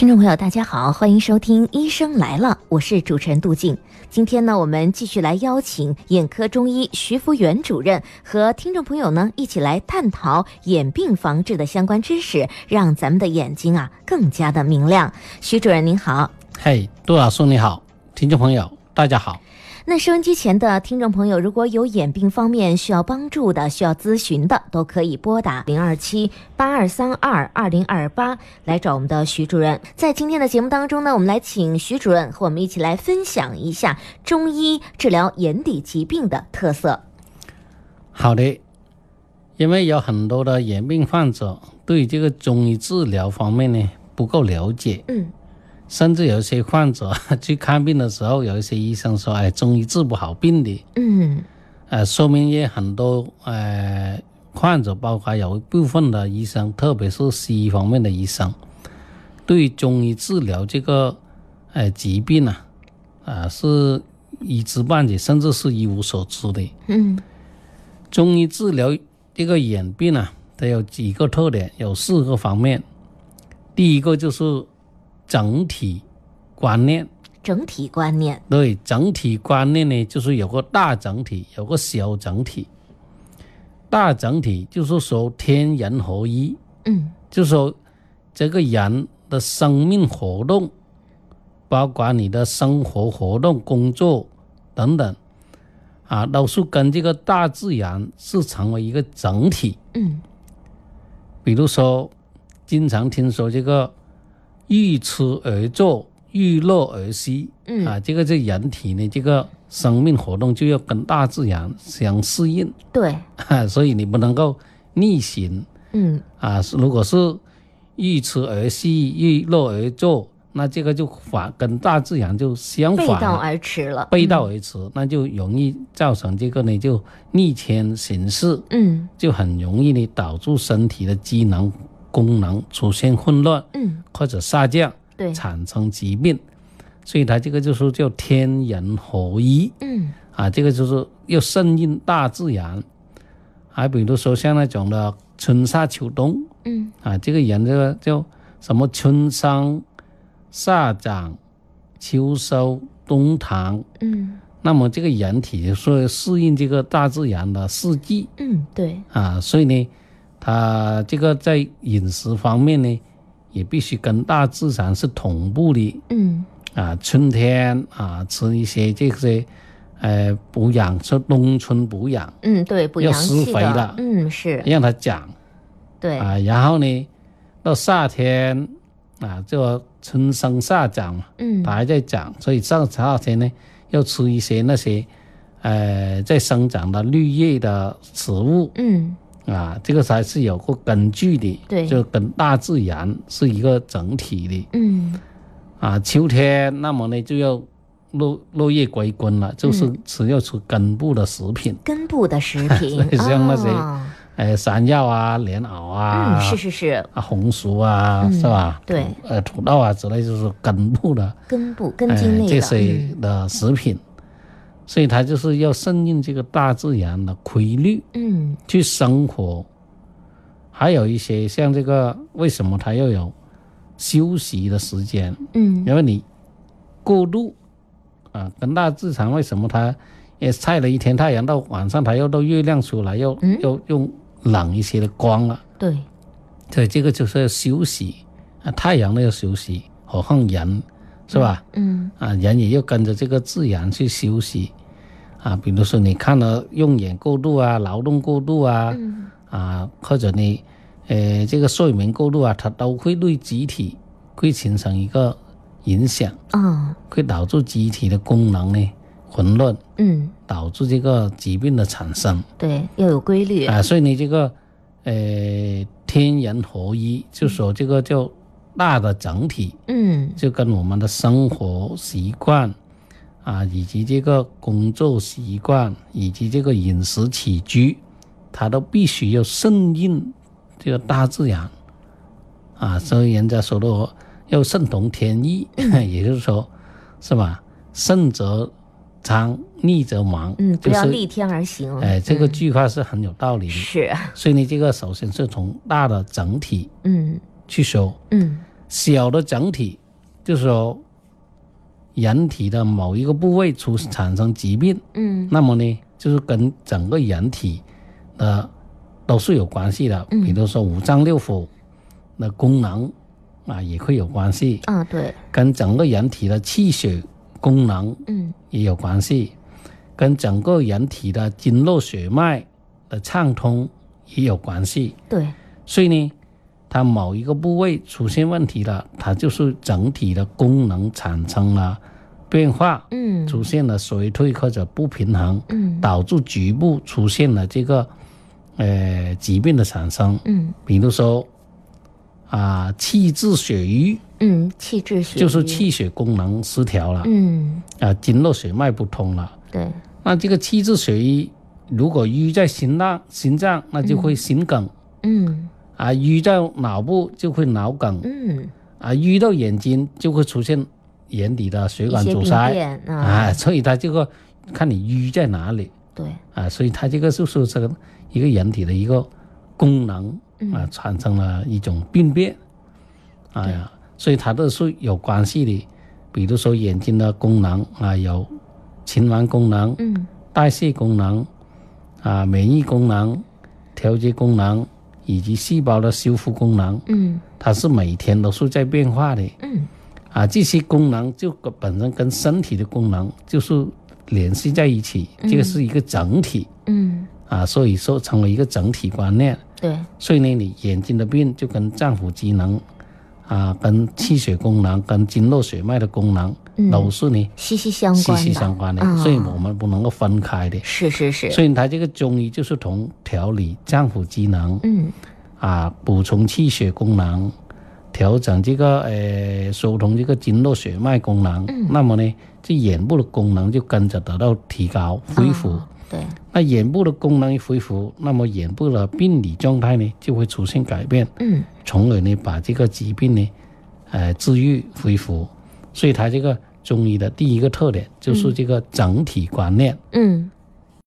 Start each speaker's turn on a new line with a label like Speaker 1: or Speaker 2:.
Speaker 1: 听众朋友，大家好，欢迎收听《医生来了》，我是主持人杜静。今天呢，我们继续来邀请眼科中医徐福元主任和听众朋友呢一起来探讨眼病防治的相关知识，让咱们的眼睛啊更加的明亮。徐主任您好，
Speaker 2: 嘿，杜老师你好，听众朋友大家好。
Speaker 1: 那收音机前的听众朋友，如果有眼病方面需要帮助的、需要咨询的，都可以拨打零二七八二三二二零二八来找我们的徐主任。在今天的节目当中呢，我们来请徐主任和我们一起来分享一下中医治疗眼底疾病的特色。
Speaker 2: 好的，因为有很多的眼病患者对这个中医治疗方面呢不够了解，
Speaker 1: 嗯，
Speaker 2: 甚至有些患者 去看病的时候，有一些医生说：“哎，中医治不好病的。
Speaker 1: 嗯，”
Speaker 2: 呃，说明也很多呃患者，包括有一部分的医生，特别是西医方面的医生，对中医治疗这个呃疾病啊，啊、是一知半解，甚至是一无所知的。
Speaker 1: 嗯，
Speaker 2: 中医治疗这个眼病啊，它有几个特点，有四个方面。第一个就是整体观念，
Speaker 1: 整体观念，
Speaker 2: 对整体观念呢，就是有个大整体，有个小整体。大整体就是说天人合一，
Speaker 1: 嗯
Speaker 2: 就是说这个人的生命活动，包括你的生活活动、工作等等，啊，都是跟这个大自然是成为一个整体。
Speaker 1: 嗯
Speaker 2: 比如说，经常听说这个“欲吃而作，欲乐而息”，
Speaker 1: 嗯
Speaker 2: 啊，这个这人体呢，这个生命活动就要跟大自然相适应，
Speaker 1: 嗯对，
Speaker 2: 啊、所以你不能够逆行。
Speaker 1: 嗯
Speaker 2: 啊，是如果是欲吃而息，欲乐而作，那这个就反跟大自然就相
Speaker 1: 背
Speaker 2: 反
Speaker 1: 道
Speaker 2: 了，
Speaker 1: 而驰了，
Speaker 2: 背道而驰，那就容易造成这个呢就逆天行事，
Speaker 1: 嗯
Speaker 2: 就很容易呢导致身体的机能功能出现混乱
Speaker 1: 嗯，
Speaker 2: 或者下降，
Speaker 1: 对，
Speaker 2: 产生疾病。所以它这个就是叫天人合一。
Speaker 1: 嗯
Speaker 2: 啊，这个就是要顺应大自然。还比如说像那种的春夏秋冬
Speaker 1: 嗯
Speaker 2: 啊，这个人这个叫什么春生、夏长、秋收、冬藏，
Speaker 1: 嗯
Speaker 2: 那么这个人体是适应这个大自然的四季
Speaker 1: 嗯，对，
Speaker 2: 啊，所以呢，它这个在饮食方面呢，也必须跟大自然是同步的。
Speaker 1: 嗯
Speaker 2: 啊，春天啊，吃一些这些，呃，补养，吃冬春补养，
Speaker 1: 嗯对，补
Speaker 2: 要
Speaker 1: 阳
Speaker 2: 施
Speaker 1: 气
Speaker 2: 肥
Speaker 1: 的
Speaker 2: 了，
Speaker 1: 嗯是，
Speaker 2: 让它长
Speaker 1: 对，
Speaker 2: 啊。然后呢，到夏天啊，就春生夏长嘛，
Speaker 1: 嗯
Speaker 2: 它还在长，所以上夏天呢，要吃一些那些，呃，在生长的绿叶的植物
Speaker 1: 嗯
Speaker 2: 啊，这个才是有个根据的，
Speaker 1: 对
Speaker 2: 就跟大自然是一个整体的。
Speaker 1: 嗯
Speaker 2: 啊，秋天那么呢就要落落叶归根了，就是
Speaker 1: 嗯
Speaker 2: 只要吃根部的食品，
Speaker 1: 根部的食品
Speaker 2: 对，像那谁
Speaker 1: 啊
Speaker 2: 呃，山药啊、莲藕啊、
Speaker 1: 嗯是是是，
Speaker 2: 啊红薯啊，是吧？
Speaker 1: 对，
Speaker 2: 呃，土豆啊之类，就是根部的，
Speaker 1: 根部根
Speaker 2: 呃
Speaker 1: 茎类
Speaker 2: 这
Speaker 1: 的，嗯
Speaker 2: 些的食品，所以它就是要顺应这个大自然的规律
Speaker 1: 嗯
Speaker 2: 去生活。还有一些像这个，为什么它要有休息的时间？
Speaker 1: 嗯
Speaker 2: 因为你过度啊，跟大自然为什么它也晒了一天太阳，到晚上它又到月亮出来，又、
Speaker 1: 嗯
Speaker 2: 又用冷一些的光了，
Speaker 1: 对，
Speaker 2: 所以这个就是要休息啊，太阳都要休息，何况人是吧？
Speaker 1: 嗯
Speaker 2: 啊，人也要跟着这个自然去休息啊，比如说你看了用眼过度啊，劳动过度啊，
Speaker 1: 嗯
Speaker 2: 啊，或者你呃这个睡眠过度啊，它都会对集体呃会形成一个影响。
Speaker 1: 啊
Speaker 2: 会导致机体的功能呢混乱，
Speaker 1: 嗯
Speaker 2: 导致这个疾病的产生
Speaker 1: 对，要有规律，
Speaker 2: 啊。所以呢，这个呃天人合一，就说这个叫大的整体，
Speaker 1: 嗯
Speaker 2: 就跟我们的生活习惯啊，以及这个工作习惯，以及这个饮食起居，它都必须要顺应这个大自然啊。所以人家说的要顺同天意， 也就是说，是吧？顺则昌，逆则亡。
Speaker 1: 嗯，不
Speaker 2: 就
Speaker 1: 要
Speaker 2: 是
Speaker 1: 逆天而行，
Speaker 2: 哎，这个
Speaker 1: 嗯
Speaker 2: 句话是很有道理的。
Speaker 1: 是，
Speaker 2: 所以呢，这个首先是从大的整体
Speaker 1: 嗯
Speaker 2: 去说。
Speaker 1: 嗯
Speaker 2: 小的整体，就是说人体的某一个部位出产生疾病，
Speaker 1: 嗯
Speaker 2: 那么呢，就是跟整个人体的都是有关系的。
Speaker 1: 嗯
Speaker 2: 比如说五脏六腑的功能啊，也会有关系，
Speaker 1: 啊，对，
Speaker 2: 跟整个人体的气血功能
Speaker 1: 嗯
Speaker 2: 也有关系，跟整个人体的经络血脉的畅通也有关系。
Speaker 1: 对，
Speaker 2: 所以呢，它某一个部位出现问题了，它就是整体的功能产生了变化，
Speaker 1: 嗯
Speaker 2: 出现了衰退或者不平衡，
Speaker 1: 嗯
Speaker 2: 导致局部出现了这个呃疾病的产生。
Speaker 1: 嗯
Speaker 2: 比如说啊、气滞血瘀
Speaker 1: 嗯，气滞血
Speaker 2: 就是
Speaker 1: 瘀，
Speaker 2: 气血功能失调了，啊、
Speaker 1: 嗯
Speaker 2: 经络血脉不通了。
Speaker 1: 对，
Speaker 2: 那这个气滞血瘀如果瘀在心脏，心脏那就会心梗。
Speaker 1: 嗯
Speaker 2: 啊，瘀到脑部就会脑梗，
Speaker 1: 嗯，
Speaker 2: 啊，淤到眼睛就会出现眼底的血
Speaker 1: 一
Speaker 2: 管
Speaker 1: 些
Speaker 2: 阻
Speaker 1: 病
Speaker 2: 塞
Speaker 1: 变
Speaker 2: 啊，
Speaker 1: 啊，
Speaker 2: 所以它这个看你淤在哪里
Speaker 1: 对，
Speaker 2: 啊，所以它这个就是这个一个人体的一个功能
Speaker 1: 嗯
Speaker 2: 啊，产生了一种病变，啊
Speaker 1: 对，
Speaker 2: 所以它都是有关系的，比如说眼睛的功能啊，有循环功能、
Speaker 1: 嗯
Speaker 2: 代谢功能啊、免疫功能、调节功能以及细胞的修复功能。
Speaker 1: 嗯
Speaker 2: 它是每天都是在变化的
Speaker 1: 嗯
Speaker 2: 啊。这些功能就跟本身跟身体的功能就是联系在一起，这个是一个整体
Speaker 1: 嗯，
Speaker 2: 啊，所以说成为一个整体观念。
Speaker 1: 对，
Speaker 2: 所以呢，你眼睛的病就跟脏腑机能啊、跟气血功能、跟经络血脉的功能
Speaker 1: 嗯
Speaker 2: 都是呢
Speaker 1: 息息相
Speaker 2: 息
Speaker 1: 关的，
Speaker 2: 息相关的，
Speaker 1: 啊
Speaker 2: 所以我们不能够分开的。
Speaker 1: 是是是，
Speaker 2: 所以它这个中医就是从调理脏腑机能，
Speaker 1: 嗯
Speaker 2: 啊，补充气血功能，调整这个呃，疏通这个经络血脉功能。那么呢，这眼部的功能就跟着得到提高恢复。
Speaker 1: 啊对，
Speaker 2: 那眼部的功能一恢复，那么眼部的病理状态呢就会出现改变，
Speaker 1: 嗯
Speaker 2: 从而呢把这个疾病呢，呃，治愈恢复。所以它这个中医的第一个特点就是这个整体观念。
Speaker 1: 嗯